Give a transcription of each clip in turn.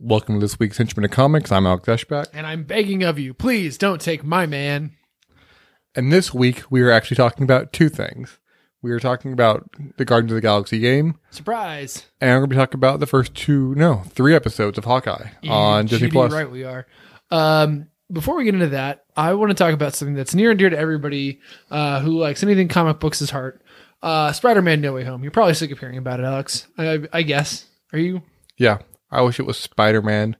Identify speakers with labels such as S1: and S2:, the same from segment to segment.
S1: Welcome to this week's Henchman of Comics. I'm Alec Deshback.
S2: And I'm begging of you, please don't take my man.
S1: And this week, we are actually talking about two things. We are talking about the Guardians of the Galaxy game,
S2: Surprise.
S1: and we're going to be talking about the first two, no, three episodes of Hawkeye on
S2: You
S1: Disney
S2: GD
S1: Plus.
S2: Right, we are. Um, before we get into that, I want to talk about something that's near and dear to everybody uh, who likes anything comic books' is heart. Uh, Spider-Man: No Way Home. You're probably sick of hearing about it, Alex. I, I guess. Are you?
S1: Yeah, I wish it was Spider Man.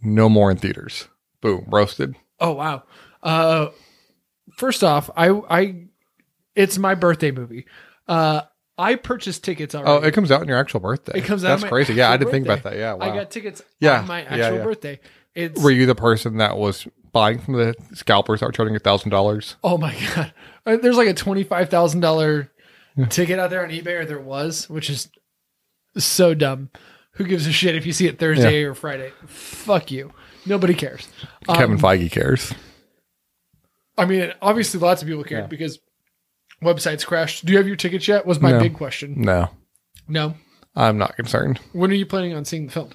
S1: No more in theaters. Boom, roasted.
S2: Oh wow. Uh, first off, I I it's my birthday movie. Uh, I purchased tickets already.
S1: Oh, it comes out on your actual birthday.
S2: It comes out on
S1: That's
S2: my
S1: crazy. Yeah, I
S2: actual
S1: didn't think about
S2: birthday.
S1: that. Yeah, wow.
S2: I got tickets
S1: Yeah,
S2: on my
S1: yeah,
S2: actual
S1: yeah.
S2: birthday. It's
S1: Were you the person that was buying from the scalpers that were charging a thousand dollars?
S2: Oh my god! Uh, There's like a twenty five thousand dollar ticket out there on eBay, or there was, which is so dumb. Who gives a shit if you see it Thursday or Friday? Fuck you. Nobody cares. Um,
S1: Kevin Feige cares.
S2: I mean, obviously, lots of people cared because websites crashed. Do you have your tickets yet? Was my
S1: No.
S2: big question.
S1: No,
S2: No.
S1: I'm not concerned.
S2: When are you planning on seeing the film?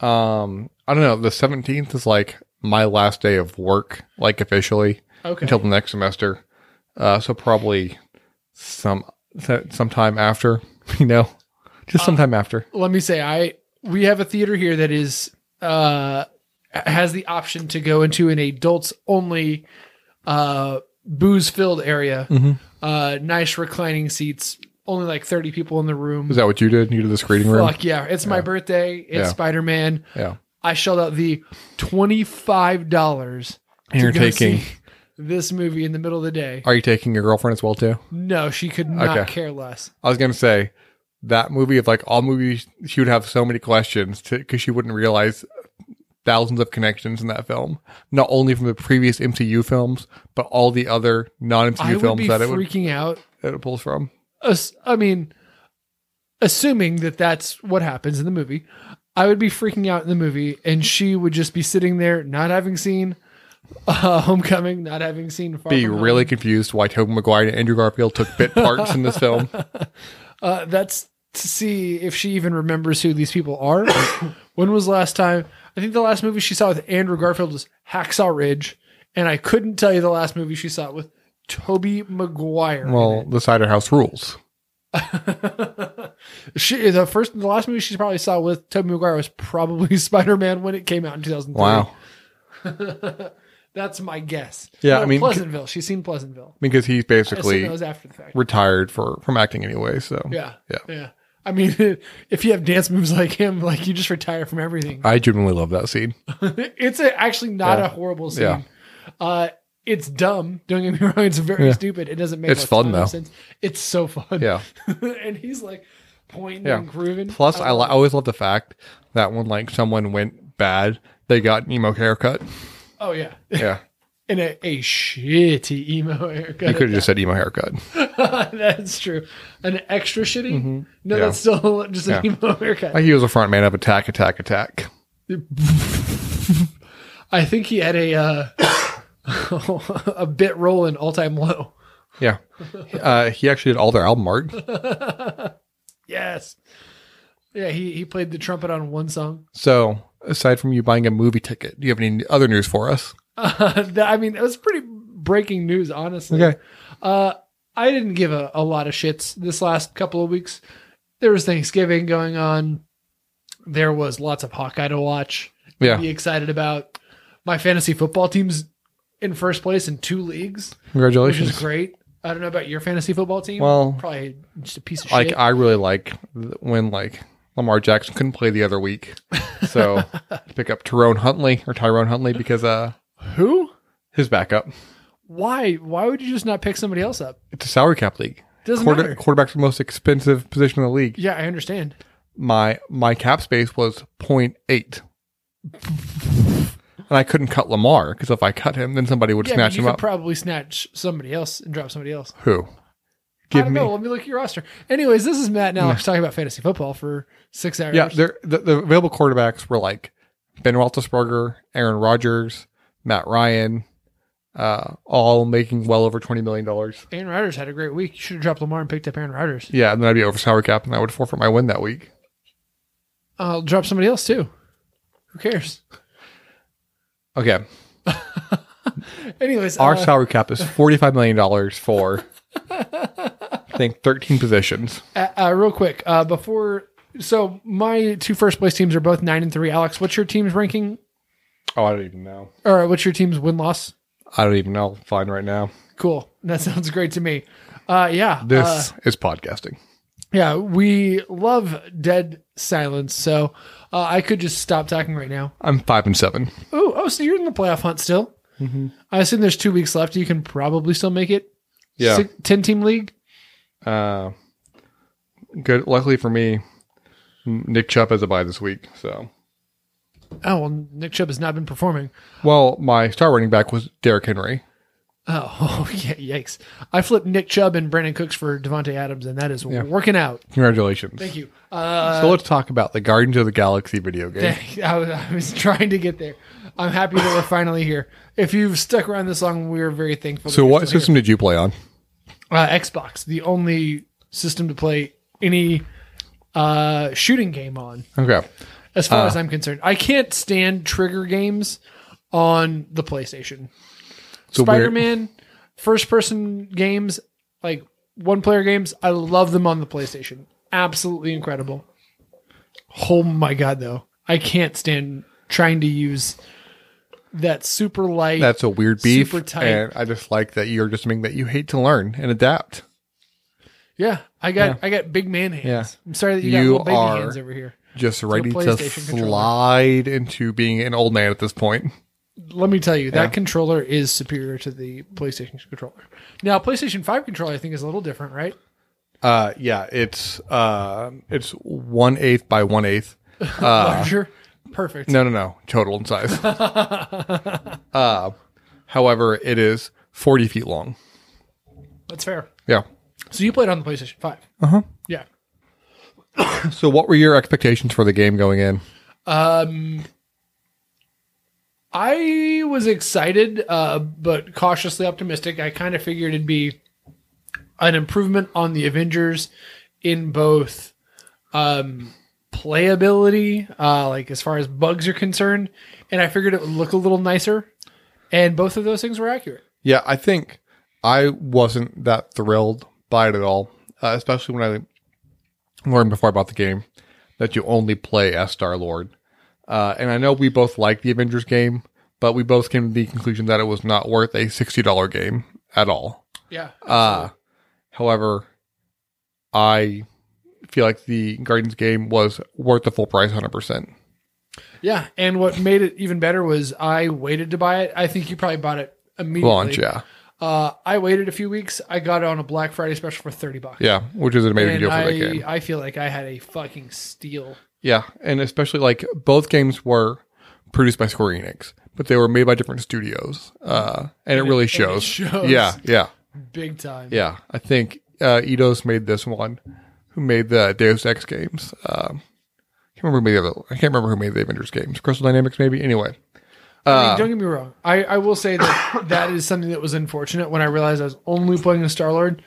S1: Um, I don't know. The 17th is like my last day of work, like officially
S2: Okay.
S1: until the next semester. Uh, so probably some sometime after, you know,
S2: Uh,
S1: just sometime after.
S2: let me say I we have a theater here that is uh has the option to go into an adults only uh booze filled area.
S1: Mm-hmm.
S2: Uh nice reclining seats, only like 30 people in the room.
S1: Is that what you did? You did the screening room?
S2: Fuck yeah, it's my birthday. It's
S1: Yeah.
S2: Spider-Man.
S1: Yeah.
S2: I shelled out the $25
S1: And you're
S2: go
S1: taking.
S2: see this movie in the middle of the day.
S1: Are you taking your girlfriend as well too?
S2: No, she could not
S1: Okay.
S2: care less.
S1: I was gonna say that movie of like all movies, she would have so many questions because she wouldn't realize thousands of connections in that film, not only from the previous MCU films, but all the other
S2: I
S1: non-MCU
S2: would
S1: films
S2: be
S1: that it would,
S2: freaking out
S1: that it pulls from.
S2: ass- I mean, assuming that that's what happens in the movie, I would be freaking out in the movie, and she would just be sitting there, not having seen uh, Homecoming, not having seen. Far
S1: Be
S2: From Home.
S1: really confused why Tobey Maguire and Andrew Garfield took bit parts in this film.
S2: Uh, that's to see if she even remembers who these people are. when was the last time? I think the last movie she saw with Andrew Garfield was Hacksaw Ridge, and I couldn't tell you the last movie she saw it with Toby Maguire. in
S1: Well, the cider house rules.
S2: she the first the last movie she probably saw with Tobey Maguire was probably Spider Man when it came out in 2003.
S1: Wow.
S2: that's my guess.
S1: Yeah, I mean-
S2: Pleasantville. She's seen Pleasantville.
S1: Because he's
S2: I assume
S1: basically
S2: that was after the fact.
S1: retired for from acting anyway. So
S2: Yeah,
S1: yeah.
S2: yeah. I mean, if you have dance moves like him, like you just retire from everything.
S1: I genuinely love that scene.
S2: it's a, actually not
S1: Yeah.
S2: a horrible scene.
S1: Yeah.
S2: Uh, it's dumb. Don't get me wrong. It's very
S1: Yeah.
S2: stupid. It doesn't make
S1: It's
S2: a
S1: fun,
S2: ton of
S1: though.
S2: sense. It's so fun.
S1: Yeah.
S2: and he's like pointing
S1: Yeah.
S2: and grooving.
S1: Plus, I, li- I always love the fact that when like someone went bad, they got an emo haircut.
S2: oh yeah.
S1: Yeah,
S2: in a, a shitty emo haircut.
S1: you could have just said emo haircut.
S2: that's true. An extra shitty? No,
S1: Mm-hmm. Yeah.
S2: that's still just an
S1: Yeah.
S2: emo haircut.
S1: Like he was a front man of Attack, Attack, Attack.
S2: I think he had a uh, a bit role in All Time Low.
S1: Yeah, uh, he actually did all their album art.
S2: Yes. Yeah, he, he played the trumpet on one song.
S1: So, aside from you buying a movie ticket, do you have any other news for us?
S2: Uh, that, I mean, that was pretty breaking news, honestly. Uh, I didn't give a, a lot of shits this last couple of weeks. There was Thanksgiving going on. There was lots of Hawkeye to watch.
S1: Yeah.
S2: be excited about. My fantasy football team's in first place in two leagues, which is
S1: Congratulations.
S2: great. I don't know about your fantasy football team.
S1: Well,
S2: probably just a piece of
S1: Like
S2: shit.
S1: I really like th- when like Lamar Jackson couldn't play the other week, so to pick up Tyrone Huntley or Tyrone Huntley because uh
S2: Who?
S1: his backup.
S2: Why? Why would you just not pick somebody else up?
S1: It's a salary cap league.
S2: Doesn't
S1: Quarter-
S2: matter.
S1: quarterback's the most expensive position in the league.
S2: Yeah, I understand.
S1: my my cap space was 0.8 and i couldn't cut lamar because if i cut him then somebody would
S2: Yeah,
S1: snatch
S2: but you
S1: him
S2: could
S1: up
S2: probably snatch somebody else and drop somebody else.
S1: who
S2: I
S1: give
S2: don't
S1: me
S2: know. Let me look at your roster. Anyways, this is Matt and Alex talking about fantasy football for six hours.
S1: yeah they're- the, the available quarterbacks were like Ben Roethlisberger, Aaron Rodgers, Matt Ryan, uh, all making well over twenty million dollars.
S2: Aaron Rodgers had a great week. You should have dropped Lamar and picked up Aaron Rodgers.
S1: Yeah, and then I'd be over salary cap, and I would forfeit my win that week.
S2: I'll drop somebody else too. Who cares?
S1: Okay,
S2: Anyways,
S1: our
S2: uh,
S1: salary cap is forty-five million dollars for, I think, thirteen positions.
S2: uh, uh, real quick uh, before. So my two first place teams are both nine and three. Alex, what's your team's ranking,
S1: Oh, I don't even know.
S2: or what's your team's win loss?
S1: I don't even know. Fine, right now.
S2: Cool. That sounds great to me. Uh, yeah.
S1: This
S2: uh,
S1: is podcasting.
S2: yeah. We love dead silence. So uh, I could just stop talking right now.
S1: I'm five and seven.
S2: Oh, oh. So you're in the playoff hunt still.
S1: Mm-hmm.
S2: I assume there's two weeks left. You can probably still make it.
S1: Yeah.
S2: Six- ten team league.
S1: Uh, good. Luckily for me, Nick Chubb has a bye this week. So,
S2: Oh well, Nick Chubb has not been performing.
S1: well, my star running back was Derrick Henry.
S2: Oh, yeah, yikes! I flipped Nick Chubb and Brandon Cooks for Devonte Adams, and that is working out.
S1: Congratulations.
S2: Thank you. Uh,
S1: So let's talk about the Guardians of the Galaxy video game.
S2: thank- I, was, I was trying to get there. I'm happy that we're finally here. If you've stuck around this long, we're very thankful. that
S1: So
S2: you're
S1: what
S2: still here.
S1: system did you play on?
S2: Uh, Xbox, the only system to play any uh, shooting game on,
S1: Okay.
S2: as
S1: Ah.
S2: far as I'm concerned. I can't stand trigger games on the PlayStation.
S1: So
S2: Spider
S1: we're-
S2: Man, first person games, like one player games, I love them on the PlayStation. Absolutely incredible. Oh my god, though. I can't stand trying to use that super light.
S1: That's a weird beef.
S2: Super tight.
S1: And I just like that you're just something that you hate to learn and adapt.
S2: yeah, I got I got big man hands.
S1: Yeah.
S2: I'm sorry that you,
S1: You
S2: got little baby
S1: are-
S2: hands over here.
S1: Just ready to
S2: PlayStation controller.
S1: slide into being an old man at this point.
S2: Let me tell you, that controller is superior to the PlayStation controller. Now, PlayStation 5 controller I think is a little different, right?
S1: Uh, yeah, it's uh, it's one eighth by one eighth.
S2: Larger. Perfect.
S1: Uh-huh. No, no, no. Total in size. uh, however, it is 40 feet long.
S2: That's fair.
S1: Yeah.
S2: So you played on the PlayStation 5.
S1: Uh-huh.
S2: Yeah.
S1: So, what were your expectations for the game going in?
S2: Um, I was excited, uh, but cautiously optimistic. I kind of figured it'd be an improvement on the Avengers in both um, playability, uh, like as far as bugs are concerned, and I figured it would look a little nicer. And both of those things were accurate.
S1: Yeah, I think I wasn't that thrilled by it at all, uh, especially when I learned before I bought the game that you only play as Star Lord. Uh, and I know we both like the Avengers game, but we both came to the conclusion that it was not worth a $60 game at all.
S2: Yeah.
S1: Uh, however, I feel like the Guardians game was worth the full price 100%.
S2: Yeah. And what made it even better was I waited to buy it. I think you probably bought it immediately.
S1: Launch, yeah.
S2: Uh, I waited a few weeks. I got it on a Black Friday special for 30 bucks.
S1: Yeah, which is an amazing
S2: and
S1: deal for
S2: I,
S1: that game.
S2: I feel like I had a fucking steal.
S1: Yeah, and especially like both games were produced by Square Enix, but they were made by different studios. Uh, and it really shows.
S2: shows.
S1: Yeah, yeah,
S2: Big time.
S1: yeah. I think uh, Eidos made this one, who made the Deus Ex games. Um, I can't remember who made the other, I can't remember who made the Avengers games. Crystal Dynamics, maybe. Anyway,
S2: I
S1: Uh.
S2: mean, don't get me wrong. I, I will say that that is something that was unfortunate when I realized I was only playing the Star Lord.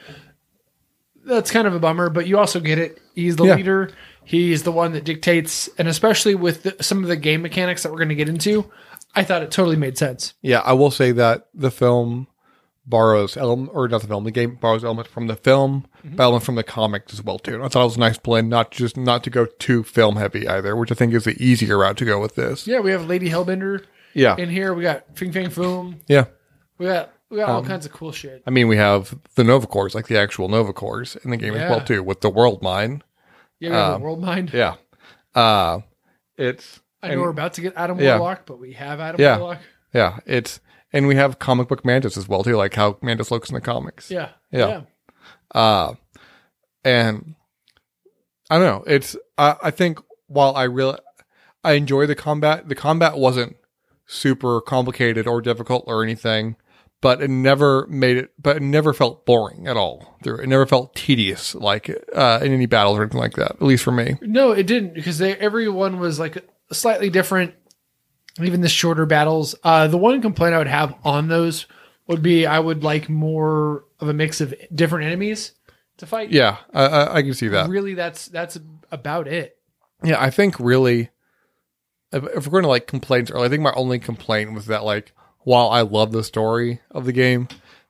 S2: That's kind of a bummer, but you also get it. He's the
S1: Yeah.
S2: leader. He's the one that dictates, and especially with the, some of the game mechanics that we're going to get into, I thought it totally made sense.
S1: Yeah, I will say that the film borrows elem or not the film, the game borrows elements from the film, but elements from the comics as well too. I thought it was a nice blend, not just not to go too film heavy either, which I think is the easier route to go with this.
S2: Yeah, we have Lady Hellbender
S1: Yeah,
S2: in here. We got Fing Fang Foom.
S1: yeah.
S2: We got we got all
S1: Um,
S2: kinds of cool shit.
S1: I mean, we have the Nova Cores, like the actual Nova Cores, in the game as well
S2: Yeah.
S1: too, with the world mine.
S2: Yeah, we have
S1: um,
S2: the World Mind.
S1: Yeah, uh, it's
S2: I know we're about to get Adam
S1: Yeah.
S2: Warlock, but we have Adam
S1: Yeah.
S2: Warlock.
S1: yeah, it's and we have comic book Mantis as well too, like how Mantis looks in the comics.
S2: Yeah.
S1: Yeah. Uh, and I don't know. It's I, I think while I really I enjoy the combat. The combat wasn't super complicated or difficult or anything, but it never made it. But it never felt boring at all. Through it never felt tedious like uh, in any battles or anything like that. At least for me.
S2: No, it didn't because they everyone was like slightly different even the shorter battles. Uh, the one complaint I would have on those would be I would like more of a mix of different enemies to fight.
S1: Yeah, I, I, I can see that.
S2: Really, that's that's about it.
S1: Yeah, I think really, if, if we're going to like complaints early, I think my only complaint was that like while I love the story of the game,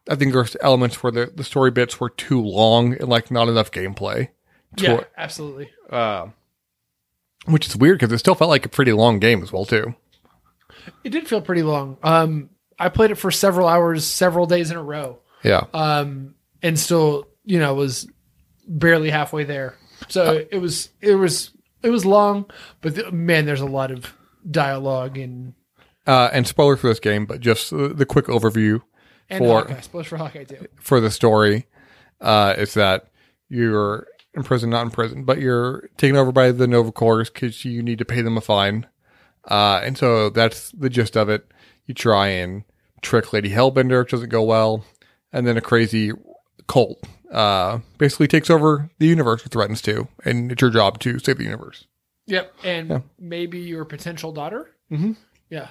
S1: I think there's elements where the, the story bits were too long and like not enough gameplay. to
S2: Yeah,
S1: it.
S2: absolutely.
S1: Um, which is weird because it still felt like a pretty long game as well too.
S2: It did feel pretty long. Um, I played it for several hours, several days in a row,
S1: Yeah,
S2: um, and still, you know, was barely halfway there.
S1: Uh,
S2: So it was, it was, it was long, but th- man, there's a lot of dialogue and
S1: uh, and spoiler for this game, but just uh, the quick overview
S2: and
S1: For-
S2: Hawkeye. Spoilers for Hawkeye too.
S1: for the story uh, is that you're in prison, not in prison, but you're taken over by the Nova Corps because you need to pay them a fine. Uh, and so that's the gist of it. You try and trick Lady Hellbender, which doesn't go well. And then a crazy cult uh, basically takes over the universe and threatens to. And it's your job to save the universe.
S2: Yep, and
S1: Yeah.
S2: maybe your potential daughter.
S1: Mhm.
S2: Yeah.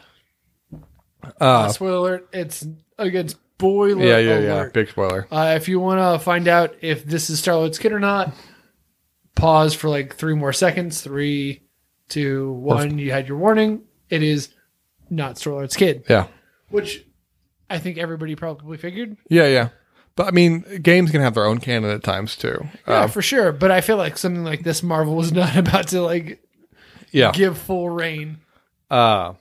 S1: Uh,
S2: Spoiler alert! It's again spoiler
S1: yeah, yeah, yeah.
S2: alert.
S1: Big spoiler.
S2: Uh, if you want to find out if this is Starlight's kid or not, pause for like three more seconds. Three, two, one. You had your warning. It is not Starlight's kid,
S1: Yeah.
S2: which I think everybody probably figured.
S1: Yeah, yeah. But I mean, games can have their own canon at times too.
S2: Yeah,
S1: Uh,
S2: for sure. But I feel like something like this, Marvel was not about to like
S1: yeah.
S2: give full reign.
S1: Uh,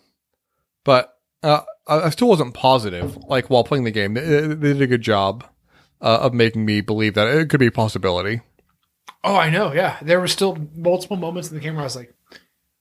S1: but uh, I I still wasn't positive. Like while playing the game, they, they did a good job uh, of making me believe that it could be a possibility.
S2: Oh, I know. Yeah, there were still multiple moments in the game where I was like,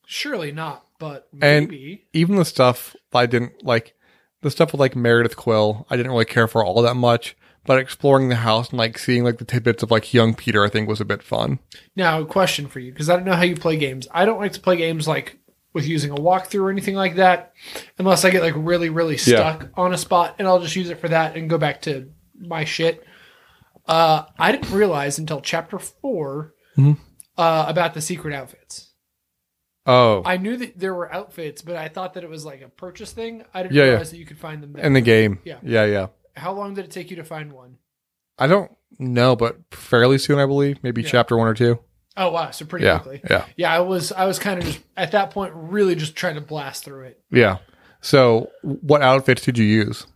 S2: surely not, but
S1: And-
S2: maybe.
S1: Even the stuff I didn't like, the stuff with like Meredith Quill, I didn't really care for all that much. But exploring the house and like seeing like the tidbits of like young Peter, I think was a bit fun.
S2: Now, a question for you, because I don't know how you play games. I don't like to play games like with using a walkthrough or anything like that, unless I get like really, really stuck on a spot, and I'll just use it for that and go back to my shit. Uh, I didn't realize until chapter 4
S1: Mhm.
S2: uh, about the secret outfits.
S1: Oh,
S2: I knew that there were outfits, but I thought that it was like a purchase thing. I didn't
S1: Yeah, yeah.
S2: realize that you could find them there.
S1: in the game,
S2: Yeah.
S1: yeah, yeah.
S2: how long did it take you to find one?
S1: I don't know, but fairly soon, I believe, maybe
S2: Yeah.
S1: chapter one or two.
S2: Oh wow, so pretty
S1: Yeah,
S2: quickly.
S1: yeah.
S2: Yeah, I was I was kind of just at that point really just trying to blast through it.
S1: Yeah. So, what outfits did you use?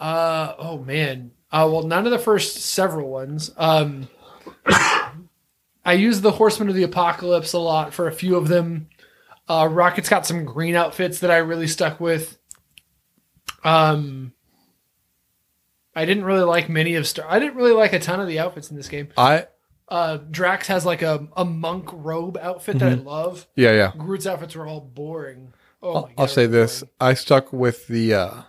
S2: Uh oh man. Uh well none of the first several ones. Um I used the Horsemen of the Apocalypse a lot for a few of them. Uh Rocket's got some green outfits that I really stuck with. Um I didn't really like many of Star I didn't really like a ton of the outfits in this game.
S1: I
S2: Uh Drax has like a, a monk robe outfit that I love.
S1: yeah yeah.
S2: Groot's outfits were all boring. Oh
S1: Mm-hmm. I'll,
S2: my
S1: I'll
S2: God,
S1: say
S2: they were
S1: this: I stuck with the uh,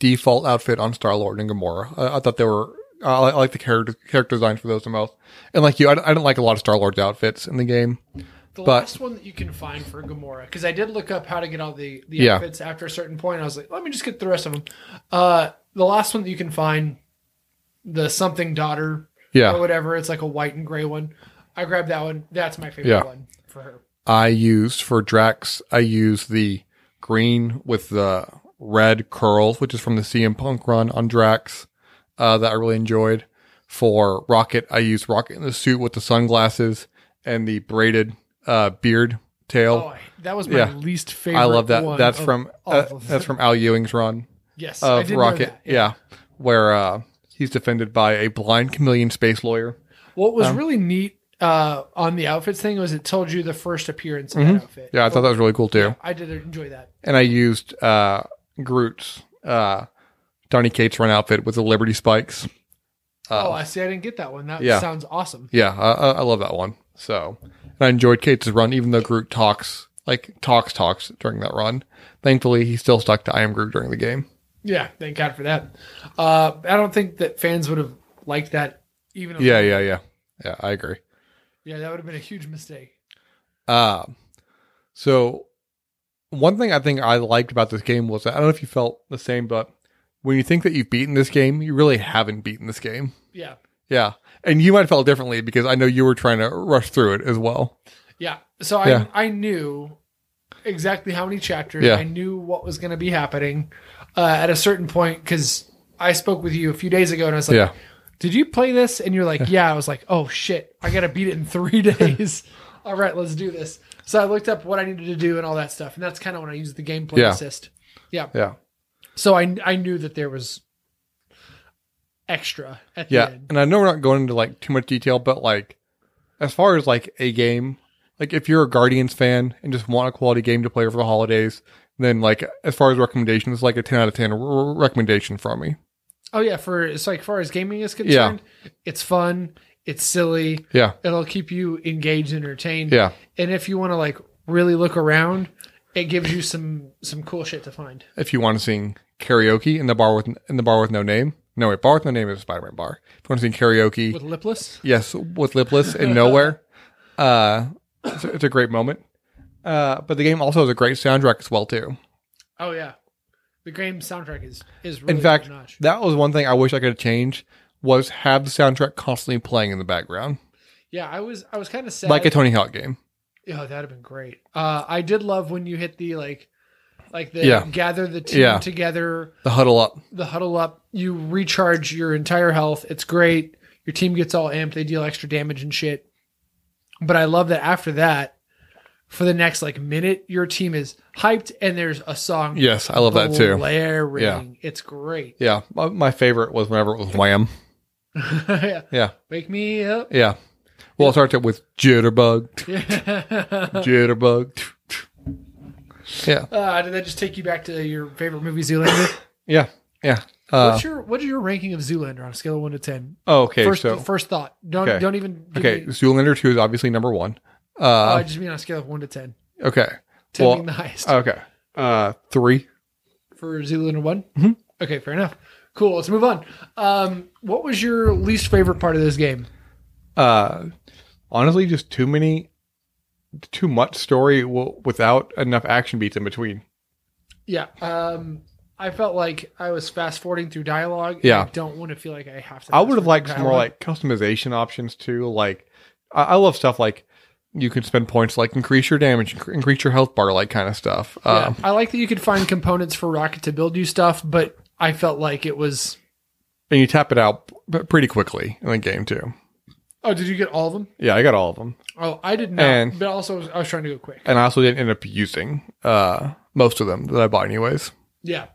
S1: default outfit on Star Lord and Gamora. I, I thought they were. I, I like the character character design for those the most. And like you, I, don't- I don't like a lot of Star Lord's outfits in the game.
S2: The
S1: But-
S2: last one that you can find for Gamora, because I did look up how to get all the, the
S1: Yeah.
S2: outfits after a certain point. I was like, let me just get the rest of them. Uh, the last one that you can find, the something daughter or
S1: Yeah,
S2: whatever, it's like a white and gray one. I grabbed that one. That's my favorite
S1: Yeah.
S2: one for her.
S1: I used for Drax. I used the green with the red curls, which is from the CM Punk run on Drax uh, that I really enjoyed. For Rocket, I used Rocket in the suit with the sunglasses and the braided uh, beard tail.
S2: Oh, I- that was my
S1: Yeah.
S2: least favorite.
S1: I love that.
S2: one
S1: That's
S2: of
S1: from
S2: all
S1: uh,
S2: of
S1: that's
S2: them.
S1: from Al Ewing's run
S2: yes I
S1: of
S2: did know
S1: Rocket.
S2: that.
S1: Yeah. where uh, he's defended by a blind chameleon space lawyer.
S2: What was
S1: Um,
S2: really neat uh, on the outfits thing was it told you the first appearance of that outfit.
S1: Mm-hmm. Yeah, I thought that was really cool too.
S2: I did enjoy that.
S1: And I used uh, Groot's uh, Donny Cates run outfit with the Liberty spikes.
S2: oh, I see. I didn't get that one. That
S1: Uh, yeah.
S2: sounds awesome.
S1: Yeah, I, I I love that one. So, and I enjoyed Cates' run, even though Groot talks like talks talks during that run. Thankfully, he still stuck to I am Groot during the game.
S2: Yeah, thank God for that. Uh, I don't think that fans would have liked that even. a
S1: Yeah,
S2: little.
S1: yeah, yeah, yeah. I agree.
S2: yeah, that would have been a huge mistake.
S1: Uh, so one thing I think I liked about this game was I don't know if you felt the same, but when you think that you've beaten this game, you really haven't beaten this game.
S2: Yeah,
S1: Yeah. And you might have felt differently because I know you were trying to rush through it as well.
S2: yeah. So I
S1: Yeah.
S2: I knew exactly how many chapters.
S1: Yeah.
S2: I knew what was going to be happening uh, at a certain point because I spoke with you a few days ago and I was like,
S1: Yeah.
S2: Did you play this? And you're like, Yeah. I was like, Oh shit, I got to beat it in three days. all right, let's do this. So I looked up what I needed to do and all that stuff. And that's kind of when I used the gameplay
S1: Yeah.
S2: assist. Yeah.
S1: Yeah.
S2: So I, I knew that there was extra at the
S1: Yeah.
S2: end.
S1: And I know we're not going into like too much detail, but like as far as like a game, like if you're a Guardians fan and just want a quality game to play over the holidays, then like as far as recommendations, like a 10 out of 10 r- r- recommendation from me.
S2: Oh yeah, for so like far as gaming is concerned, it's fun, it's silly,
S1: Yeah.
S2: it'll keep you engaged, and entertained.
S1: Yeah.
S2: And if you want to like really look around, it gives you some some cool shit to find.
S1: If you want to sing karaoke in the bar with in the bar with no name, no wait, bar with no name is Spider Man bar. If you want to sing karaoke,
S2: With lipless,
S1: Yes, with lipless and nowhere. Uh, it's, a, it's a great moment. Uh, but the game also has a great soundtrack as well too.
S2: oh yeah, the game soundtrack is is really
S1: In fact,
S2: top-notch.
S1: that was one thing I wish I could have changed was have the soundtrack constantly playing in the background,
S2: yeah, I was I was kind of sad.
S1: like a Tony Hawk game.
S2: oh, that'd have been great. Uh, I did love when you hit the like, like the
S1: Yeah.
S2: gather the team
S1: Yeah.
S2: together.
S1: The huddle up.
S2: the huddle up. You recharge your entire health. It's great. Your team gets all amped. They deal extra damage and shit. But I love that after that, for the next like minute, your team is hyped and there's a song.
S1: Yes, I love that too.
S2: Blaring. It's great.
S1: Yeah, my, my favorite was whenever it was Wham.
S2: yeah.
S1: Yeah,
S2: Wake me up.
S1: yeah. Well, it starts up with Jitterbug,
S2: uh,
S1: Jitterbug. Yeah,
S2: did that just take you back to your favorite movie, Zoolander?
S1: yeah, yeah. Uh,
S2: what's your What's your ranking of Zoolander on a scale of one to ten?
S1: Oh, okay,
S2: first,
S1: so
S2: first thought. Don't
S1: Okay.
S2: don't even. give
S1: okay,
S2: me-
S1: Zoolander two is obviously number one.
S2: oh,
S1: Uh,
S2: I just mean on a scale of one to ten.
S1: Okay.
S2: Ten
S1: Well,
S2: being the highest.
S1: Okay. Uh, three.
S2: for Zoolander one.
S1: Mm-hmm.
S2: Okay, fair enough. Cool. Let's move on. Um, what was your least favorite part of this game?
S1: Uh, honestly, just too many, too much story w- without enough action beats in between.
S2: Yeah. Um, I felt like I was fast forwarding through dialogue. and
S1: Yeah.
S2: I don't want to feel like I have to.
S1: I would have
S2: fast-forward
S1: liked
S2: through
S1: some more
S2: dialogue.
S1: like customization options too. Like, I, I love stuff like you can spend points to, like increase your damage, inc- increase your health bar, like kind of stuff.
S2: Yeah.
S1: Um,
S2: I like that you could find components for Rocket to build you stuff, but I felt like it was.
S1: and you tap it out p- pretty quickly in the game too.
S2: Oh, did you get all of them?
S1: Yeah, I got all of them,
S2: Oh, I did not.
S1: And-
S2: but also, I was trying to go quick.
S1: and I also didn't end up using uh most of them that I bought anyways.
S2: Yeah.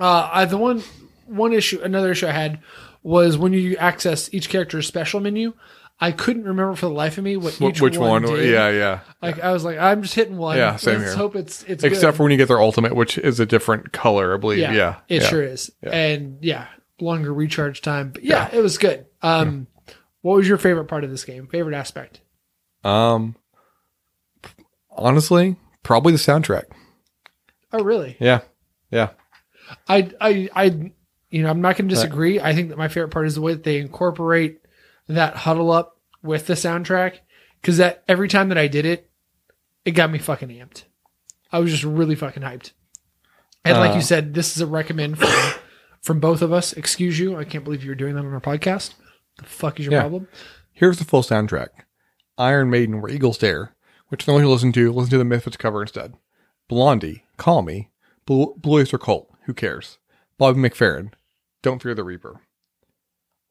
S2: Uh, I, the one one issue, another issue I had was when you access each character's special menu. I couldn't remember for the life of me what
S1: Wh-
S2: each
S1: Which one?
S2: did.
S1: Yeah, yeah.
S2: Like I was like, I'm just hitting one.
S1: Yeah, same
S2: Let's
S1: here.
S2: hope it's it's
S1: except
S2: good.
S1: for when you get their ultimate, which is a different color, I believe. Yeah,
S2: yeah, it
S1: yeah.
S2: sure is, and yeah, longer recharge time. But yeah, it was good. Um, what was your favorite part of this game? Favorite aspect?
S1: Um, honestly, probably the soundtrack.
S2: Oh, really?
S1: Yeah, yeah,
S2: I, I, I, you know, I'm not going to disagree. I think that my favorite part is the way that they incorporate that huddle up with the soundtrack because that every time that I did it, it got me fucking amped. I was just really fucking hyped. And like you
S1: Uh.
S2: said, this is a recommend from, from both of us. Excuse you. I can't believe you're doing that on our podcast. The fuck is your
S1: Yeah.
S2: problem?
S1: Here's the full soundtrack: Iron Maiden, Where Eagles Dare, which the only you listen to, listen to the Misfits cover instead. Blondie, Call Me, Blue, Blue Oyster Cult, Who Cares? Bobby McFerrin, Don't Fear the Reaper.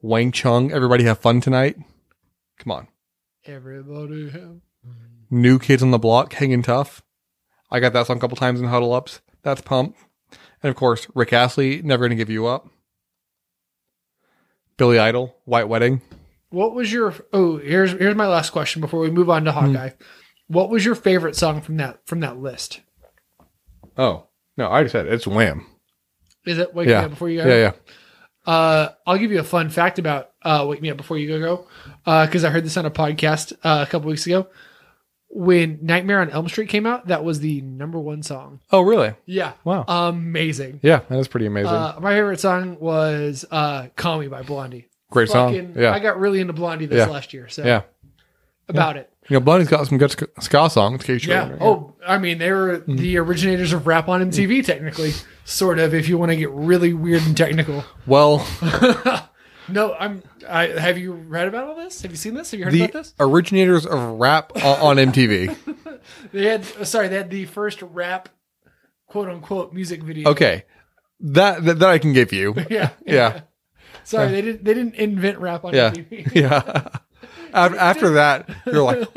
S1: Wang Chung, Everybody Have Fun Tonight. Come on.
S2: Everybody. have-
S1: New Kids on the Block, Hanging Tough. I got that song a couple times in Huddle Ups. That's Pump. And of course, Rick Astley, Never Gonna Give You Up. Billy Idol, White Wedding.
S2: What was your, oh, here's, here's my last question before we move on to
S1: Hmm.
S2: Hawkeye. What was your favorite song from that, from that list?
S1: Oh, no, I just said it. it's Wham.
S2: Is it Wake Me
S1: Yeah.
S2: Up Before You Go?
S1: Yeah, yeah.
S2: Uh, I'll give you a fun fact about uh, "Wake Me Up Before You Go Go," because I heard this on a podcast uh, a couple weeks ago. When "Nightmare on Elm Street" came out, that was the number one song.
S1: Oh, really? Uh,
S2: Yeah,
S1: Wow.
S2: amazing.
S1: yeah, that is pretty amazing.
S2: Uh, my favorite song was uh, "Call Me" by Blondie.
S1: Great song. yeah.
S2: I got really into Blondie this
S1: Yeah.
S2: last year. So
S1: yeah.
S2: about it.
S1: You know, Bunny's got some good ska, ska songs, in case you're
S2: Yeah.
S1: wondering.
S2: Oh, I mean, they were
S1: Mm-hmm.
S2: the originators of rap on MTV, technically, sort of. If you want to get really weird and technical.
S1: Well,
S2: No, I'm. I have you read about all this? Have you seen this? Have you heard about
S1: the
S2: this?
S1: originators of rap o- on MTV.
S2: They had uh, sorry, they had the first rap quote unquote music video.
S1: Okay, that that, that I can give you.
S2: Yeah.
S1: Yeah.
S2: Sorry, they didn't they didn't invent rap on
S1: Yeah.
S2: TV.
S1: Yeah. Af- After that, you're like,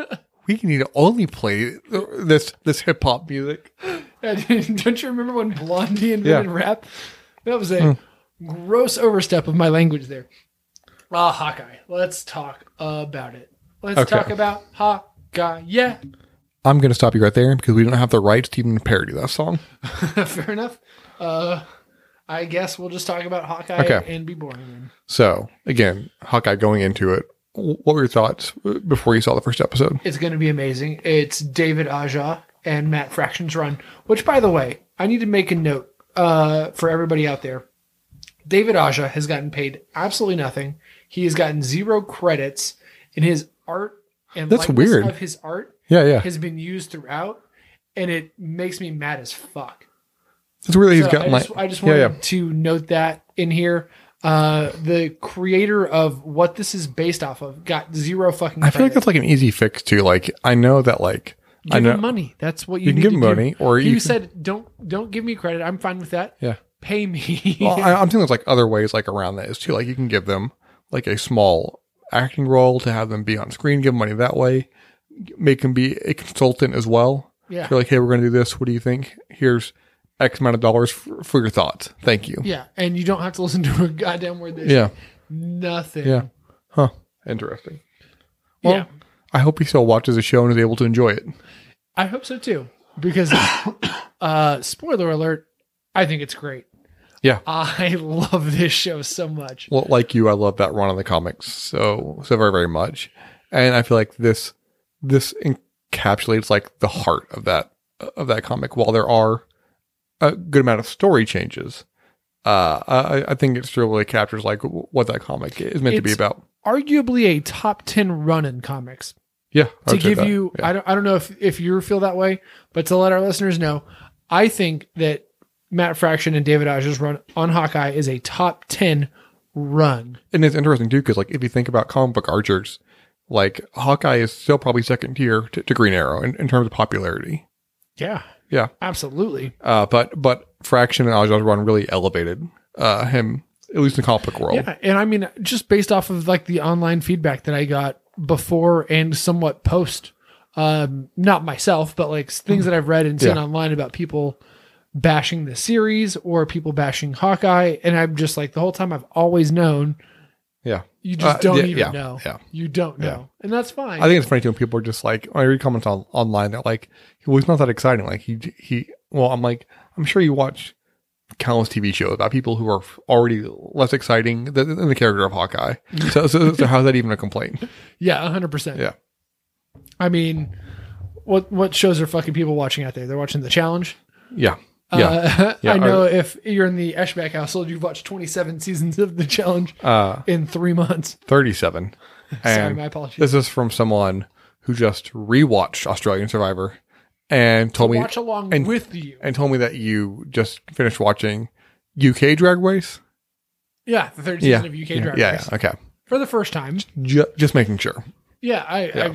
S1: we need to only play this this hip hop music.
S2: Don't you remember when Blondie invented rap? That was
S1: Hmm.
S2: a gross overstep of my language there. Ah, Hawkeye. Let's talk about it. Let's
S1: Okay.
S2: talk about Hawkeye. Yeah.
S1: I'm gonna stop you right there because we don't have the rights to even parody that song.
S2: Fair enough. Uh, I guess we'll just talk about Hawkeye
S1: Okay.
S2: and be boring then.
S1: So again, Hawkeye going into it. What were your thoughts before you saw the first episode?
S2: It's going to be amazing. It's David Aja and Matt Fraction's run, which, by the way, I need to make a note uh, for everybody out there. David Aja has gotten paid absolutely nothing. He has gotten zero credits in his art and
S1: That's
S2: likeness
S1: weird.
S2: of his art
S1: Yeah, yeah.
S2: has been used throughout, and it makes me mad as fuck.
S1: It's weird that he's
S2: So
S1: got
S2: I,
S1: like
S2: just, I just
S1: Yeah,
S2: wanted
S1: yeah.
S2: to note that in here. Uh, the creator of what this is based off of got zero fucking.
S1: I feel like
S2: credit.
S1: that's like an easy fix too. Like I know that like I
S2: give
S1: know
S2: him money. That's what you,
S1: you can
S2: need
S1: give
S2: to
S1: him
S2: do.
S1: money or
S2: He
S1: you can-
S2: said, "Don't don't give me credit. I'm fine with that.
S1: yeah.
S2: Pay me."
S1: Well, I, I'm thinking there's like other ways like around that is too. Like you can give them like a small acting role to have them be on screen, give 'em money that way, make them be a consultant as well.
S2: yeah,
S1: You're like, hey, we're going to do this. What do you think? Here's X amount of dollars for, for your thoughts. Thank you.
S2: yeah, and you don't have to listen to a goddamn word. They
S1: Yeah.
S2: say. nothing.
S1: Yeah. Huh. Interesting.
S2: Yeah.
S1: Well- I hope he still watches the show and is able to enjoy it.
S2: I hope so too. Because, uh, spoiler alert, I think it's great.
S1: Yeah.
S2: I love this show so much.
S1: Well, like you, I love that run on the comics so so very very much, and I feel like this this encapsulates like the heart of that of that comic. While there are a good amount of story changes, uh, I, I think it still really captures like what that comic is meant to be
S2: It's-
S1: about.
S2: Arguably a top ten run in comics.
S1: Yeah, I
S2: to
S1: would say
S2: give
S1: that.
S2: you
S1: Yeah.
S2: I don't I don't know if if you feel that way, but to let our listeners know, I think that Matt Fraction and David Aja's run on Hawkeye is a top 10 run.
S1: and it's interesting too because like if you think about comic book archers, like Hawkeye is still probably second tier to, to Green Arrow in, in terms of popularity.
S2: Yeah.
S1: Yeah.
S2: Absolutely.
S1: Uh, but but Fraction and Aja's run really elevated uh, him, at least in the comic book world.
S2: Yeah, and I mean just based off of like the online feedback that I got before and somewhat post um not myself, but like things that I've read and seen
S1: Yeah.
S2: online about people bashing the series or people bashing Hawkeye and I'm just like the whole time I've always known
S1: Yeah.
S2: you just
S1: Uh,
S2: don't
S1: yeah,
S2: even
S1: yeah,
S2: know.
S1: yeah.
S2: You don't know. And that's fine.
S1: I think it's funny too when people are just like when I read comments on online that like well he's not that exciting like he he well I'm like I'm sure you watch countless TV shows about people who are already less exciting than, than the character of Hawkeye so so, so how's that even a complaint
S2: Yeah, hundred percent.
S1: Yeah.
S2: I mean, what what shows are fucking people watching out there? They're watching the challenge.
S1: yeah yeah
S2: Uh,
S1: Yeah,
S2: I know if you're in the Eshbach household, you've watched 27 seasons of the challenge
S1: uh,
S2: in three months.
S1: 37
S2: Sorry,
S1: and
S2: my apologies.
S1: this is from someone who just rewatched Australian Survivor and told me
S2: Watch along
S1: and-
S2: with you.
S1: and told me that you just finished watching UK Drag Race
S2: Yeah, the third
S1: Yeah.
S2: season of UK Drag
S1: yeah,
S2: Race
S1: yeah okay
S2: for the first time.
S1: Ju- just making sure
S2: Yeah, I. I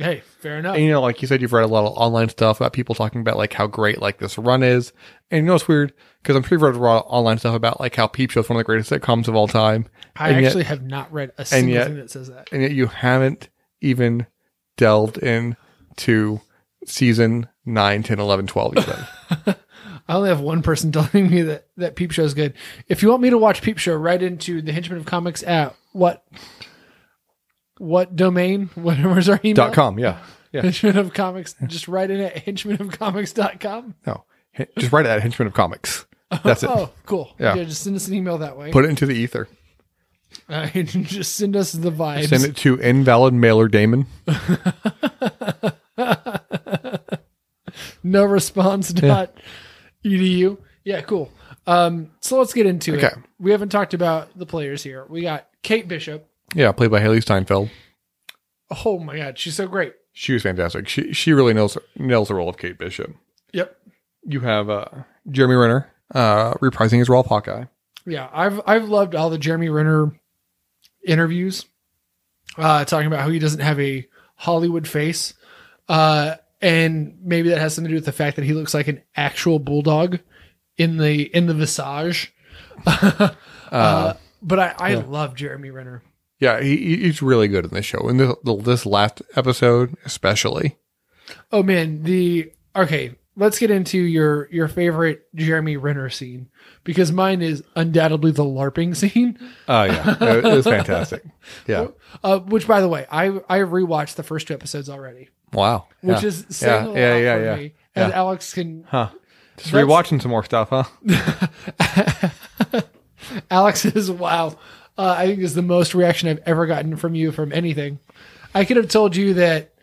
S2: hey, fair enough.
S1: And, you know, like you said, you've read a lot of online stuff about people talking about like how great like this run is. And you know, it's weird because I'm sure you've read a lot of online stuff about like how Peep Show is one of the greatest sitcoms of all time,
S2: I
S1: and yet-
S2: actually have not read a single
S1: yet-
S2: thing that says that.
S1: and yet you haven't even delved in to season 9, 10, 11, 12 even.
S2: I only have one person telling me that that Peep Show is good. If you want me to watch Peep Show, write into the Henchman of Comics at what what domain? What was our email?
S1: Dot com, yeah. Yeah.
S2: Henchman of Comics. Just write in at henchmanofcomics.com.
S1: No. H- Just write it at Henchman of Comics. That's it.
S2: Oh, cool.
S1: Yeah.
S2: Just send us an email that way.
S1: Put it into the ether.
S2: Uh, just send us the vibes.
S1: Send it to invalid mailer Damon.
S2: No response dot edu. Yeah, cool. Um, so let's get into it.
S1: Okay.
S2: We haven't talked about the players here. We got Kate Bishop.
S1: Yeah, played by Haley Steinfeld.
S2: Oh my God, she's so great.
S1: She was fantastic. She she really nails nails the role of Kate Bishop.
S2: Yep.
S1: you have uh, Jeremy Renner uh, reprising his role of Hawkeye.
S2: Yeah, I've I've loved all the Jeremy Renner interviews, uh, talking about how he doesn't have a Hollywood face. Uh, and maybe that has something to do with the fact that he looks like an actual bulldog in the in the visage. uh, but I, I love Jeremy Renner.
S1: Yeah, he, he- he's really good in this show, and this, this last episode especially.
S2: Oh man, the okay. Let's get into your your favorite Jeremy Renner scene because mine is undoubtedly the LARPing scene.
S1: Oh yeah, it, it was fantastic. Yeah,
S2: Uh, which, by the way, I I rewatched the first two episodes already,
S1: wow.
S2: which
S1: yeah.
S2: is saying
S1: Yeah,
S2: a lot
S1: yeah, yeah,
S2: for
S1: yeah.
S2: me. And
S1: Yeah.
S2: Alex can
S1: huh? Just
S2: That's-
S1: rewatching some more stuff, huh?
S2: Alex is wow. Uh, I think is the most reaction I've ever gotten from you from anything. I could have told you that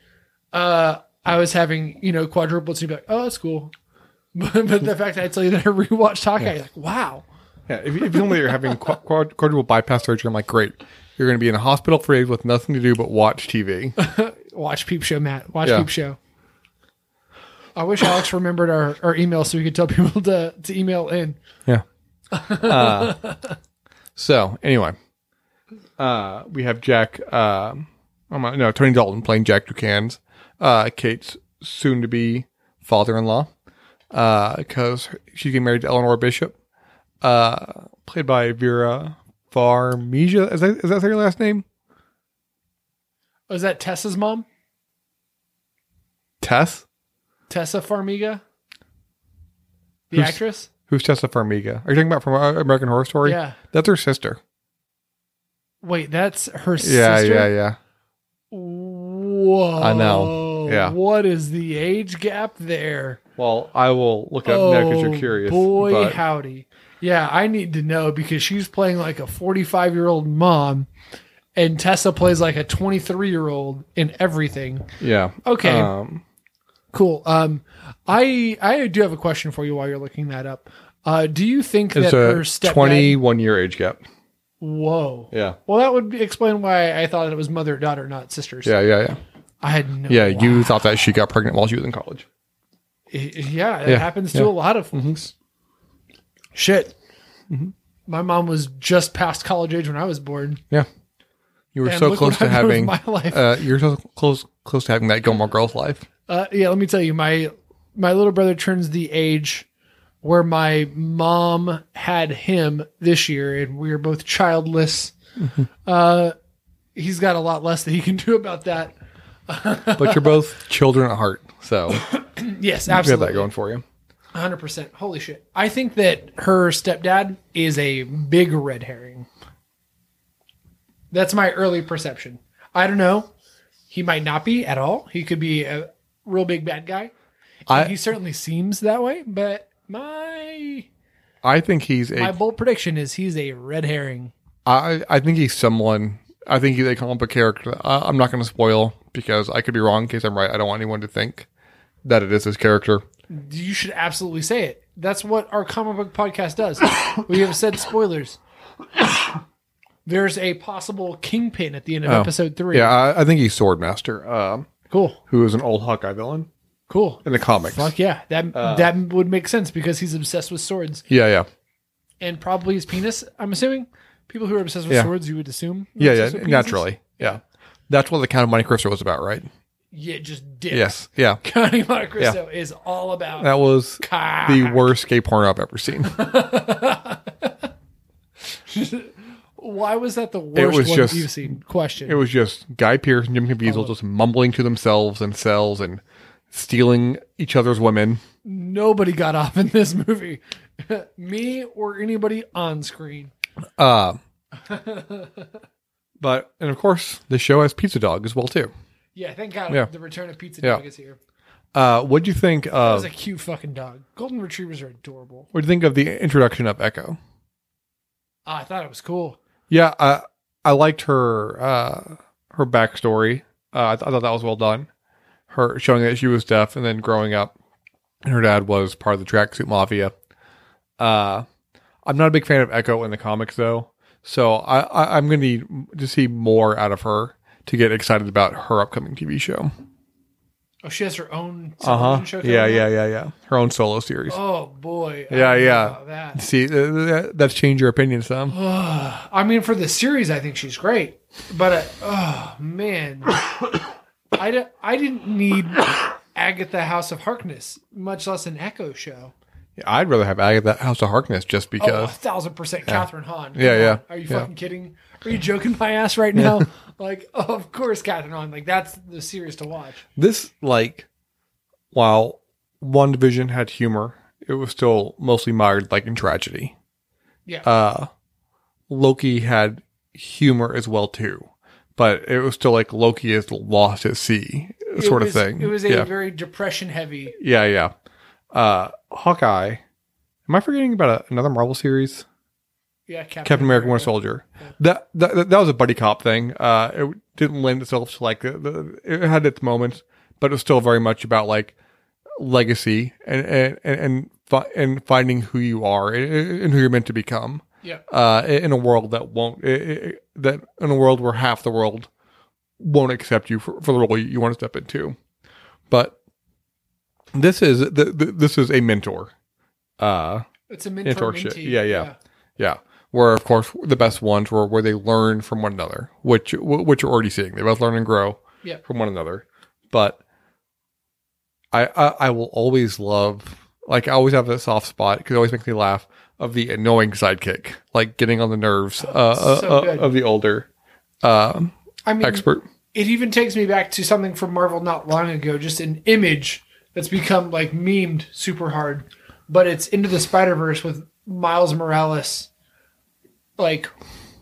S2: uh, I was having you know quadruplets, and you'd be like, "Oh, that's cool." But, but the fact that I tell you that I rewatched Hawkeye, you're like, "Wow."
S1: Yeah, if, if only you're having quad, quad, quadruple bypass surgery, I'm like, great. You're going to be in a hospital for days with nothing to do but watch TV.
S2: Watch Peep Show, Matt. Watch
S1: Yeah.
S2: Peep Show. I wish Alex remembered our, our email so we could tell people to, to email in.
S1: Yeah. Uh, so anyway, uh, we have Jack. Um, oh my, no, Tony Dalton playing Jack Ducans, uh, Kate's soon-to-be father-in-law, because she's getting married to Eleanor Bishop, uh, played by Vera Farmiga. Is that is that her last name?
S2: Was Oh, that Tessa's mom?
S1: Tess.
S2: Tessa Farmiga? The
S1: Who's-
S2: actress?
S1: Who's Tessa Farmiga? Are you talking about from uh, American Horror Story?
S2: Yeah.
S1: that's her sister.
S2: Wait, that's her
S1: Yeah,
S2: sister?
S1: yeah, yeah.
S2: Whoa.
S1: I know. Yeah.
S2: What is the age gap there?
S1: Well, I will look up now because you're curious.
S2: Oh, Boy,
S1: but-
S2: howdy. Yeah, I need to know because she's playing like a 45 year old mom, and Tessa plays like a 23 year old in everything.
S1: yeah.
S2: Okay.
S1: Um,
S2: Cool. Um, I I do have a question for you while you're looking that up. Uh, do you think
S1: It's
S2: that her
S1: a
S2: stepdad?
S1: 21 year age gap.
S2: Whoa.
S1: Yeah.
S2: Well, that would be- explain why I thought it was mother daughter, not sisters.
S1: Yeah, yeah, yeah.
S2: I had no.
S1: Yeah,
S2: wow.
S1: you thought that she got pregnant while she was in college.
S2: Yeah, it
S1: Yeah,
S2: happens to
S1: yeah. Mm-hmm.
S2: a lot of folks. Shit. My mom was just past college age when I was born.
S1: Yeah. You were
S2: And
S1: so
S2: look
S1: close
S2: what
S1: to
S2: I've done with
S1: having
S2: my life.
S1: uh, you're so close close to having that Gilmore Girls life.
S2: Uh, yeah, let me tell you, my my little brother turns the age where my mom had him this year, and we are both childless.
S1: Mm-hmm.
S2: Uh, he's got a lot less that he can do about that.
S1: But you're both children at heart. So
S2: Yes,
S1: you have that
S2: absolutely,
S1: going for you.
S2: hundred percent. Holy shit! I think that her stepdad is a big red herring. That's my early perception. I don't know. He might not be at all. He could be a real big bad guy.
S1: I-
S2: he certainly seems that way, but my
S1: I think he's
S2: My
S1: a
S2: bold prediction is he's a red herring.
S1: I, I think he's someone I think he's a comic book character. I, I'm not gonna spoil because I could be wrong in case I'm right. I don't want anyone to think that it is his character.
S2: You should absolutely say it. That's what our comic book podcast does. we have said spoilers. There's a possible kingpin at the end of episode three.
S1: Oh. Yeah, I, I think he's Swordmaster, um,
S2: Cool.
S1: who is an old Hawkeye villain
S2: Cool.
S1: in the comics.
S2: Fuck yeah. That
S1: Uh,
S2: that would make sense because he's obsessed with swords
S1: Yeah, yeah.
S2: and probably his penis, I'm assuming. People who are obsessed with
S1: Yeah.
S2: swords, you would assume.
S1: Yeah, yeah,
S2: obsessed with penises?
S1: naturally. Yeah. That's what the Count of Monte Cristo was about, right?
S2: Yeah, just dicks.
S1: Yes. Yeah.
S2: Connie Monte Cristo is all about
S1: That was
S2: cock.
S1: the worst gay porn I've ever seen.
S2: Why was that the worst
S1: was
S2: one
S1: just-
S2: you've seen? Question.
S1: It was just Guy Pearce and Jim Caviezel just mumbling to themselves and cells and stealing each other's women.
S2: Nobody got off in this movie. Me or anybody on screen.
S1: Uh, but, and of course, the show has Pizza Dog as well, too.
S2: Yeah, thank God
S1: Yeah.
S2: the return of Pizza
S1: Yeah.
S2: Dog is here.
S1: Uh, what'd you think
S2: That was
S1: of,
S2: a cute fucking dog. Golden Retrievers are adorable.
S1: what'd you think of the introduction of Echo?
S2: Ah, I thought it was cool.
S1: Yeah, I I liked her uh, her backstory. Uh, I, th- I thought that was well done. Her showing that she was deaf and then growing up, and her dad was part of the tracksuit mafia. Uh, I'm not a big fan of Echo in the comics though, so I, I I'm gonna need to see more out of her to get excited about her upcoming TV show.
S2: Oh, she has her own television show. coming
S1: Uh-huh. Yeah,
S2: out?
S1: yeah, yeah, yeah. Her own solo series.
S2: Oh boy. I
S1: Yeah,
S2: don't know
S1: yeah.
S2: about That.
S1: See, th- th- th- that's changed your opinion some.
S2: Ugh. I mean, for the series, I think she's great, but uh, oh man, I, di- I didn't need Agatha House of Harkness, much less an Echo show.
S1: I'd rather have Agatha House of Harkness just
S2: Oh, a
S1: because.
S2: thousand percent, Catherine Hahn. Come
S1: Yeah,
S2: on.
S1: yeah,
S2: Are you
S1: yeah.
S2: fucking kidding? Are you joking my ass right now? like, oh, of course, Catherine Hahn. Like, that's the series to watch.
S1: This like, while one division had humor, it was still mostly mired like in tragedy.
S2: Yeah.
S1: Uh, Loki had humor as well too, but it was still like Loki is lost at sea
S2: It
S1: sort
S2: was-
S1: of thing.
S2: It was a
S1: yeah,
S2: very depression heavy.
S1: yeah, yeah. Uh, Hawkeye. Am I forgetting about a, another Marvel series?
S2: Yeah, Captain,
S1: Captain America: Winter Soldier. That, that that- that was a buddy cop thing. Uh, it didn't lend itself to like the, the, it had its moments, but it was still very much about like legacy and and and and, fi- and finding who you are and, and who you're meant to become.
S2: Yeah.
S1: Uh, in a world that won't i- i- i- that in a world where half the world won't accept you for, for the role you want to step into, but this is the, the, this is a mentor. Uh,
S2: It's a mentor
S1: Mentorship.
S2: mentee.
S1: Yeah, yeah. yeah, where of course the best ones were where they learn from one another, which which you're already seeing. They both learn and grow
S2: Yeah.
S1: from one another. But I I, I will always love like I always have a soft spot because it always makes me laugh of the annoying sidekick, like getting on the nerves uh, uh,
S2: Oh, so
S1: uh,
S2: good.
S1: of the older um,
S2: I mean,
S1: expert.
S2: it even takes me back to something from Marvel not long ago, just an image that's become like memed super hard. But it's into the Spider Verse with Miles Morales, like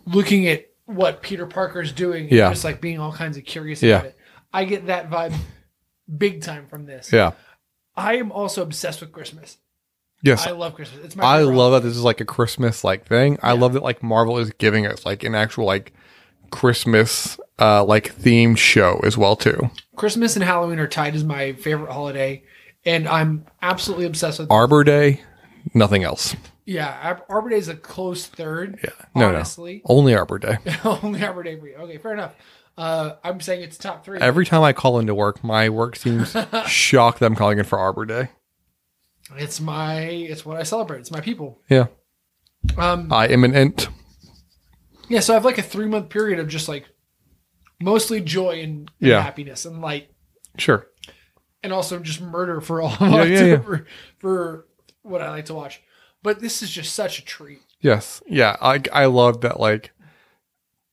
S2: looking at what Peter Parker's doing,
S1: Yeah.
S2: and just like being all kinds of curious
S1: Yeah.
S2: about it. I get that vibe big time from this.
S1: Yeah.
S2: I am also obsessed with Christmas.
S1: Yes.
S2: I
S1: I-
S2: love Christmas. It's my favorite
S1: love that this is like a Christmas like thing. I love that like Marvel is giving us like an actual like Christmas uh like themed show as well too.
S2: Christmas and Halloween are tied as my favorite holiday, and I'm absolutely obsessed with.
S1: Arbor Day, nothing else.
S2: yeah, Ar- Arbor Day is a close third. Yeah,
S1: No, no.
S2: honestly,
S1: Only Arbor Day.
S2: only Arbor Day for you. Okay, fair enough. Uh, I'm saying it's top three.
S1: Every time I call into work, my work seems shocked that I'm calling in for Arbor Day.
S2: it's my, it's what I celebrate. It's my people.
S1: Yeah.
S2: Um,
S1: I am an ent.
S2: yeah. So I have like a three month period of just like mostly joy and, and
S1: Yeah.
S2: happiness and like
S1: Sure.
S2: and also just murder for all of
S1: Yeah, yeah, yeah.
S2: October for what I like to watch. But this is just such a treat.
S1: Yes. Yeah. I, I love that, like,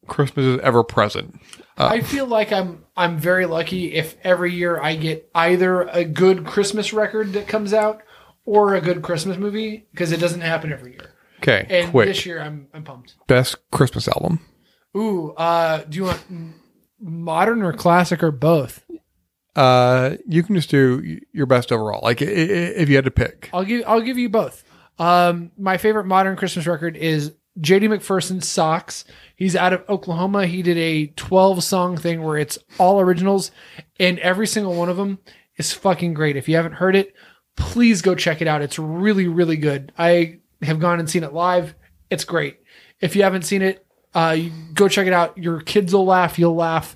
S1: Christmas is ever present. Uh,
S2: I feel like I'm I'm very lucky if every year I get either a good Christmas record that comes out or a good Christmas movie because it doesn't happen every year.
S1: Okay.
S2: And
S1: Quick.
S2: this year I'm I'm pumped.
S1: Best Christmas album.
S2: Ooh, uh, do you want m- modern or classic or both?
S1: Uh, you can just do y- your best overall. Like, i- i- if you had to pick.
S2: I'll give I'll give you both. Um, my favorite modern Christmas record is J.D. McPherson's Socks. He's out of Oklahoma. He did a 12 song thing where it's all originals, and every single one of them is fucking great. If you haven't heard it, please go check it out. It's really really good. I have gone and seen it live. It's great. If you haven't seen it, uh, you go check it out. Your kids will laugh. You'll laugh.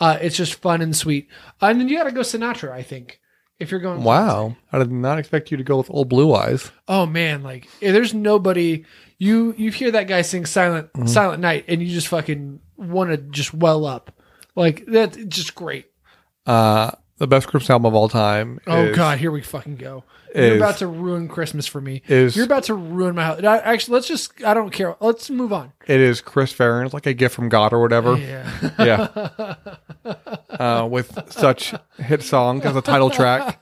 S2: Uh, it's just fun and sweet. and then you got to go Sinatra, I think, if you're going.
S1: Wow. I did not expect you to go with Old Blue Eyes.
S2: oh man like eh, there's nobody you you hear that guy sing silent
S1: Mm-hmm.
S2: silent night and you just fucking want to just well up like that's just great
S1: Uh, the best Christmas album of all time.
S2: oh
S1: is-
S2: god here we fucking go you're
S1: is-
S2: about to ruin christmas for me
S1: Is
S2: you're about to ruin my house I- actually let's just i don't care let's move on
S1: It is Chris Farron's like a gift from God or whatever.
S2: yeah
S1: Yeah. uh, with such hit song as a title track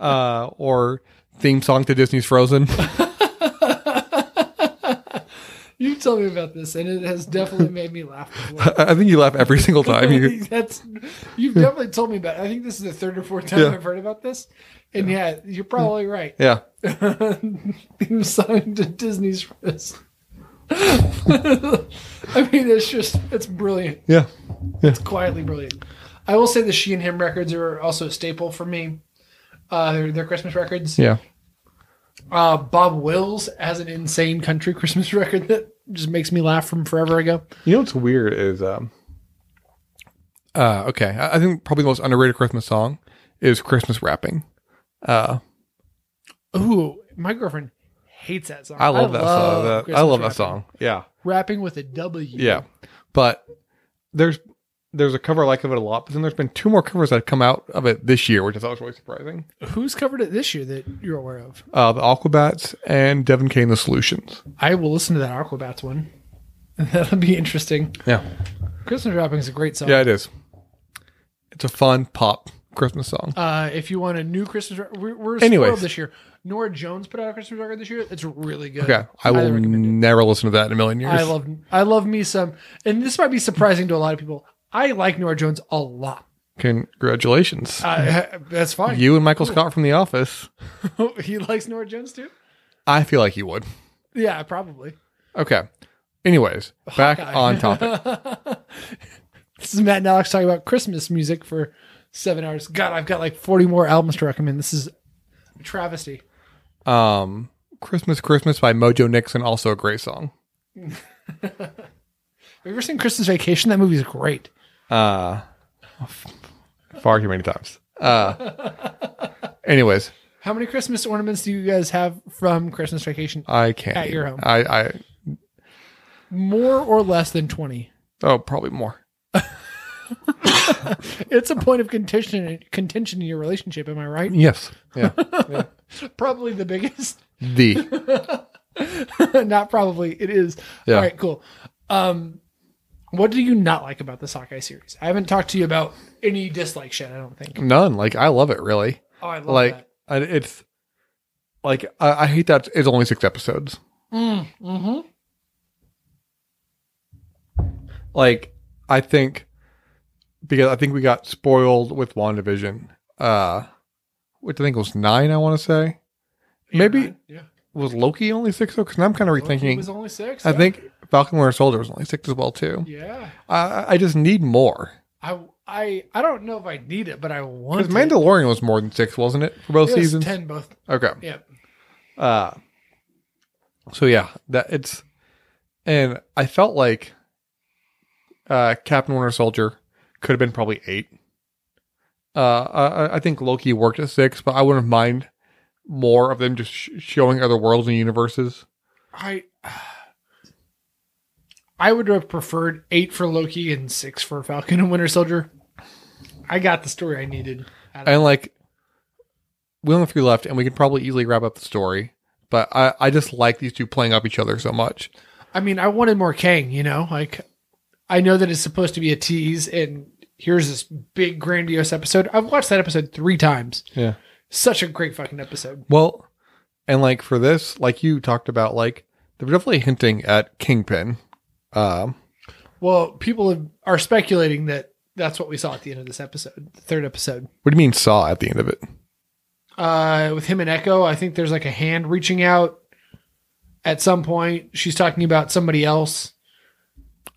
S1: uh, or theme song to Disney's Frozen.
S2: you tell me about this and it has definitely made me laugh before.
S1: I think you laugh every single time. You,
S2: that's you've definitely told me about it. i think this is the third or fourth time
S1: Yeah.
S2: i've heard about this and yeah you're probably right
S1: yeah.
S2: theme song to Disney's Frozen. I mean, it's just it's brilliant.
S1: Yeah.
S2: It's quietly brilliant. I will say the She and Him records are also a staple for me. Uh, they're, they're Christmas records.
S1: Yeah.
S2: Uh, Bob Wills has an insane country Christmas record that just makes me laugh from forever ago.
S1: You know what's weird is, um, uh, okay, I, I think probably the most underrated Christmas song is Christmas Wrapping. Uh,
S2: Ooh, my girlfriend hates that song.
S1: I love that song. That- I
S2: Christmas
S1: love that
S2: rapping.
S1: song. Yeah.
S2: Rapping with a W.
S1: Yeah. But there's there's a cover I like of it a lot, but then there's been two more covers that have come out of it this year, which I thought was really surprising.
S2: Who's covered it this year that you're aware of?
S1: Uh, the Aquabats and Devin Kane the Solutions.
S2: I will listen to that Aquabats one. That'll be interesting.
S1: Yeah.
S2: Christmas Dropping is a great song.
S1: Yeah, it is. It's a fun pop Christmas song.
S2: Uh, if you want a new Christmas, record, we're, we're
S1: Anyways.
S2: spoiled this year. Nora Jones put out a Christmas record this year. It's really good.
S1: Okay, I will
S2: highly recommend
S1: never listen to that in a million years.
S2: I love I love me some, and this might be surprising to a lot of people. I like Nora Jones a lot.
S1: Congratulations,
S2: Uh, that's fine.
S1: you and Michael Scott from The Office.
S2: he likes Nora Jones too.
S1: I feel like you would.
S2: Yeah, probably.
S1: Okay. Anyways, back on topic.
S2: This is Matt and Alex talking about Christmas music for seven hours. God, I've got like forty more albums to recommend. This is a travesty.
S1: Um, Christmas, Christmas by Mojo Nixon, also a great song.
S2: Have you ever seen Christmas Vacation? That movie's great.
S1: Uh, far too many times. Uh, anyways,
S2: How many Christmas ornaments do you guys have from Christmas Vacation?
S1: I can't.
S2: At your home.
S1: I, I,
S2: More or less than twenty.
S1: oh, probably more.
S2: It's a point of contention contention in your relationship. Am I right?
S1: Yes. Yeah.
S2: Probably the biggest.
S1: the,
S2: not probably. It is.
S1: Yeah.
S2: All right, cool. Um, what do you not like about the Sockeye series? I haven't talked to you about any dislikes yet. I don't think.
S1: none. Like, I love it really.
S2: Oh, I love
S1: like,
S2: that.
S1: I, it's like, I, I hate that it's only six episodes.
S2: Mm, hmm
S1: like I think because I think we got spoiled with WandaVision, uh, which I think was nine. I want to say Maybe-
S2: Yeah.
S1: was Loki only six though? Because I'm kind of rethinking.
S2: It was only six.
S1: I
S2: yeah.
S1: think Falcon Winter Soldier was only six as well too.
S2: Yeah.
S1: I I just need more
S2: I I I don't know if I need it, but I want.
S1: because Mandalorian was more than six, wasn't it? For both
S2: it It was
S1: seasons.
S2: ten both.
S1: Okay.
S2: Yeah.
S1: Uh, so yeah, that it's, and I felt like uh, Captain Winter Soldier could have been probably eight. Uh, I, I- I think Loki worked at six, but I wouldn't mind more of them just sh- showing other worlds and universes.
S2: I I would have preferred eight for Loki and six for Falcon and Winter Soldier. I got the story I needed. out of-
S1: And like, we only have three left, and we could probably easily wrap up the story. But I, I just like these two playing up each other so much.
S2: I mean, I wanted more Kang. You know, like I know that it's supposed to be a tease, and here's this big grandiose episode. I've watched that episode three times.
S1: Yeah.
S2: Such a great fucking episode.
S1: Well, and like for this, like you talked about, like they're definitely hinting at Kingpin. Um,
S2: Well, people have, are speculating that that's what we saw at the end of this episode, the third episode.
S1: what do you mean saw at the end of it?
S2: Uh, with him and Echo, I think there's like a hand reaching out at some point. She's talking about somebody else.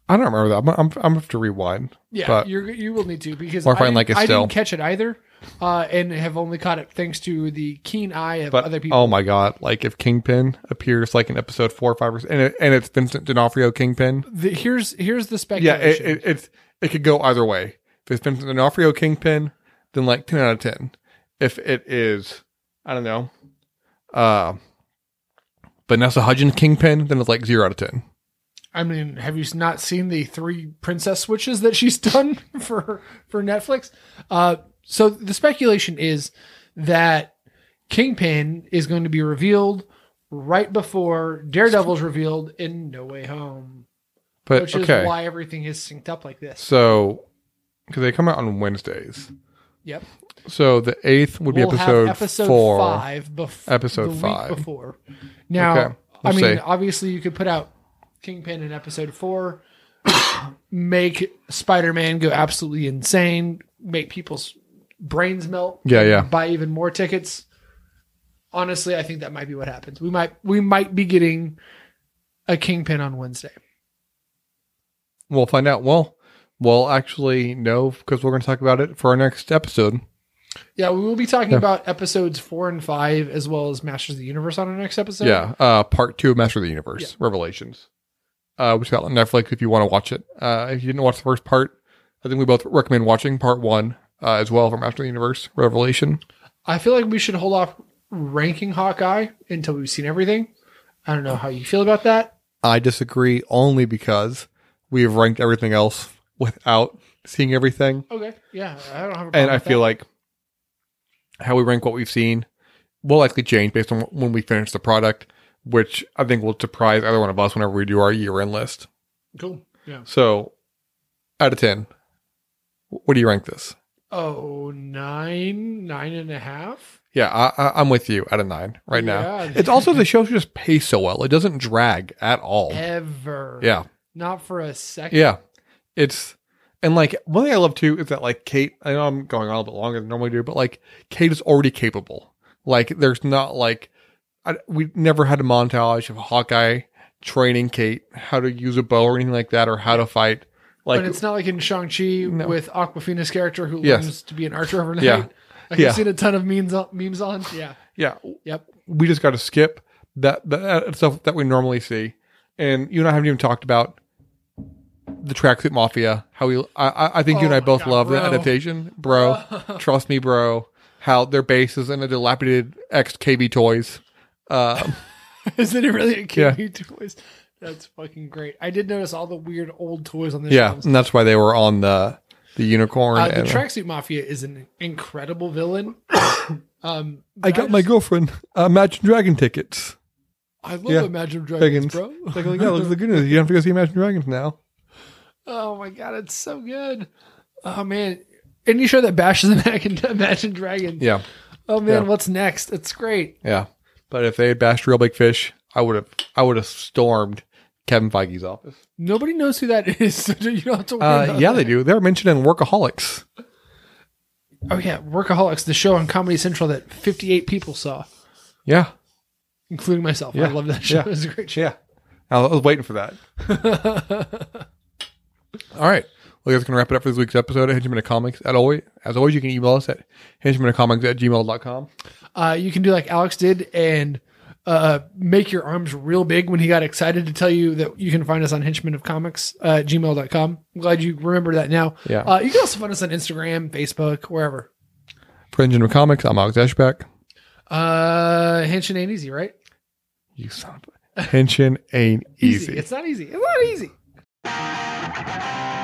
S1: I don't remember that. I'm I'm, I'm gonna have to rewind.
S2: Yeah,
S1: But-
S2: you're, you will need to because
S1: Or
S2: I
S1: if I
S2: didn't,
S1: like it
S2: I
S1: still.
S2: didn't catch it either, uh, and have only caught it thanks to the keen eye of
S1: But
S2: other people.
S1: oh my god, like if Kingpin appears like in episode four, or five, or s- and it, and it's Vincent D'Onofrio Kingpin.
S2: The- here's here's the
S1: Yeah,
S2: speculation.
S1: it, it it's it could go either way. If it's Vincent D'Onofrio Kingpin, then like ten out of ten. If it is, I don't know, uh, Vanessa Hudgens Kingpin, then it's like zero out of ten.
S2: I mean, have you not seen the three princess switches that she's done for for Netflix? Uh, so the speculation is that Kingpin is going to be revealed right before Daredevil's revealed in No Way Home,
S1: But
S2: which
S1: okay,
S2: is why everything is synced up like this.
S1: so because they come out on Wednesdays,
S2: Yep,
S1: so the eighth would
S2: we'll
S1: be episode,
S2: have episode
S1: four.
S2: five before
S1: Episode
S2: the
S1: five.
S2: week before. Now,
S1: Okay,
S2: I
S1: we'll
S2: mean,
S1: see.
S2: obviously, you could put out Kingpin in episode four, make Spider Man go absolutely insane, make people's brains melt.
S1: Yeah, yeah.
S2: Buy even more tickets. Honestly, I think that might be what happens. We might we might be getting a Kingpin on Wednesday.
S1: We'll find out. Well, we'll actually know because we're going to talk about it for our next episode.
S2: Yeah, we will be talking
S1: Yeah.
S2: about episodes four and five as well as Masters of the Universe on our next episode.
S1: yeah, uh, part two of Master of the Universe Revelations, uh, which got on Netflix. If you want to watch it, uh, if you didn't watch the first part, I think we both recommend watching part one uh, as well for Master of the Universe Revelation.
S2: I feel like we should hold off ranking Hawkeye until we've seen everything. I don't know how you feel about that.
S1: I disagree only because we have ranked everything else without seeing everything.
S2: Okay. Yeah. I don't have a problem.
S1: And I
S2: with
S1: feel
S2: that.
S1: like how we rank what we've seen will likely change based on when we finish the product, which I think will surprise either one of us whenever we do our year end list.
S2: cool. Yeah.
S1: So, out of 10, what do you rank this?
S2: Oh, nine, nine and a half.
S1: Yeah, I, I, I'm with you at a nine right now.
S2: Yeah.
S1: It's also the show just pays so well. It doesn't drag at all.
S2: ever.
S1: Yeah.
S2: Not for a second.
S1: Yeah. It's, and like, one thing I love too is that like Kate, I know I'm going on a little bit longer than I normally do, but like Kate is already capable. Like, there's not like, I, we never had a montage of Hawkeye training Kate how to use a bow or anything like that or how to fight. Like,
S2: but it's not like in Shang-Chi
S1: No.
S2: with Aquafina's character who
S1: Yes.
S2: learns to be an archer overnight.
S1: Yeah.
S2: Like
S1: Yeah.
S2: I've seen a ton of memes on, memes on. Yeah.
S1: yeah,
S2: Yep.
S1: we just got to skip that, that that stuff that we normally see. And you and I haven't even talked about the tracksuit mafia. How we, I- I, I think you
S2: Oh
S1: and I
S2: my
S1: both
S2: God,
S1: love the
S2: bro.
S1: adaptation, bro. Trust me, bro. How their base is in a dilapidated ex KV Toys. Um,
S2: Is it really a
S1: Yeah.
S2: kid who toys? That's fucking great. I did notice all the weird old toys on this.
S1: yeah,
S2: films.
S1: and that's why they were on the the unicorn.
S2: Uh, the
S1: and-
S2: tracksuit mafia is an incredible villain. um,
S1: I got my
S2: just-
S1: girlfriend uh, Imagine Dragon tickets.
S2: I love
S1: yeah,
S2: Imagine Dragons,
S1: Dragons.
S2: bro.
S1: Like, like, yeah, looks like good news. You don't have to go see Imagine Dragons now.
S2: Oh my god, it's so good. Oh man, any show that bashes Imagine Imagine Dragons.
S1: Yeah,
S2: Oh man,
S1: Yeah.
S2: what's next? It's great.
S1: yeah. But if they had bashed Real Big Fish, I would have I would have stormed Kevin Feige's office.
S2: Nobody knows who that is, so you don't have to worry.
S1: Uh,
S2: about
S1: yeah,
S2: that.
S1: they do. They're mentioned in Workaholics.
S2: Oh yeah, Workaholics, the show on Comedy Central that 58 people saw,
S1: Yeah,
S2: including myself.
S1: Yeah.
S2: I love that show.
S1: Yeah.
S2: It's a great show.
S1: yeah. I was I was waiting for that. All right. Well, that's going to wrap it up for this week's episode of Henchman of Comics. As always, as always, you can email us at henchmanofcomics at gmail.com.
S2: Uh, you can do like Alex did and uh, make your arms real big when he got excited to tell you that you can find us on henchman of comics uh, at gmail.com. I'm glad you remember that now.
S1: Yeah.
S2: Uh, you can also find us on Instagram, Facebook, wherever.
S1: For Henchman of Comics, I'm Alex Ashback.
S2: Uh, henchman ain't easy, right?
S1: You son of a... Henchman ain't easy.
S2: It's not easy. It's not easy.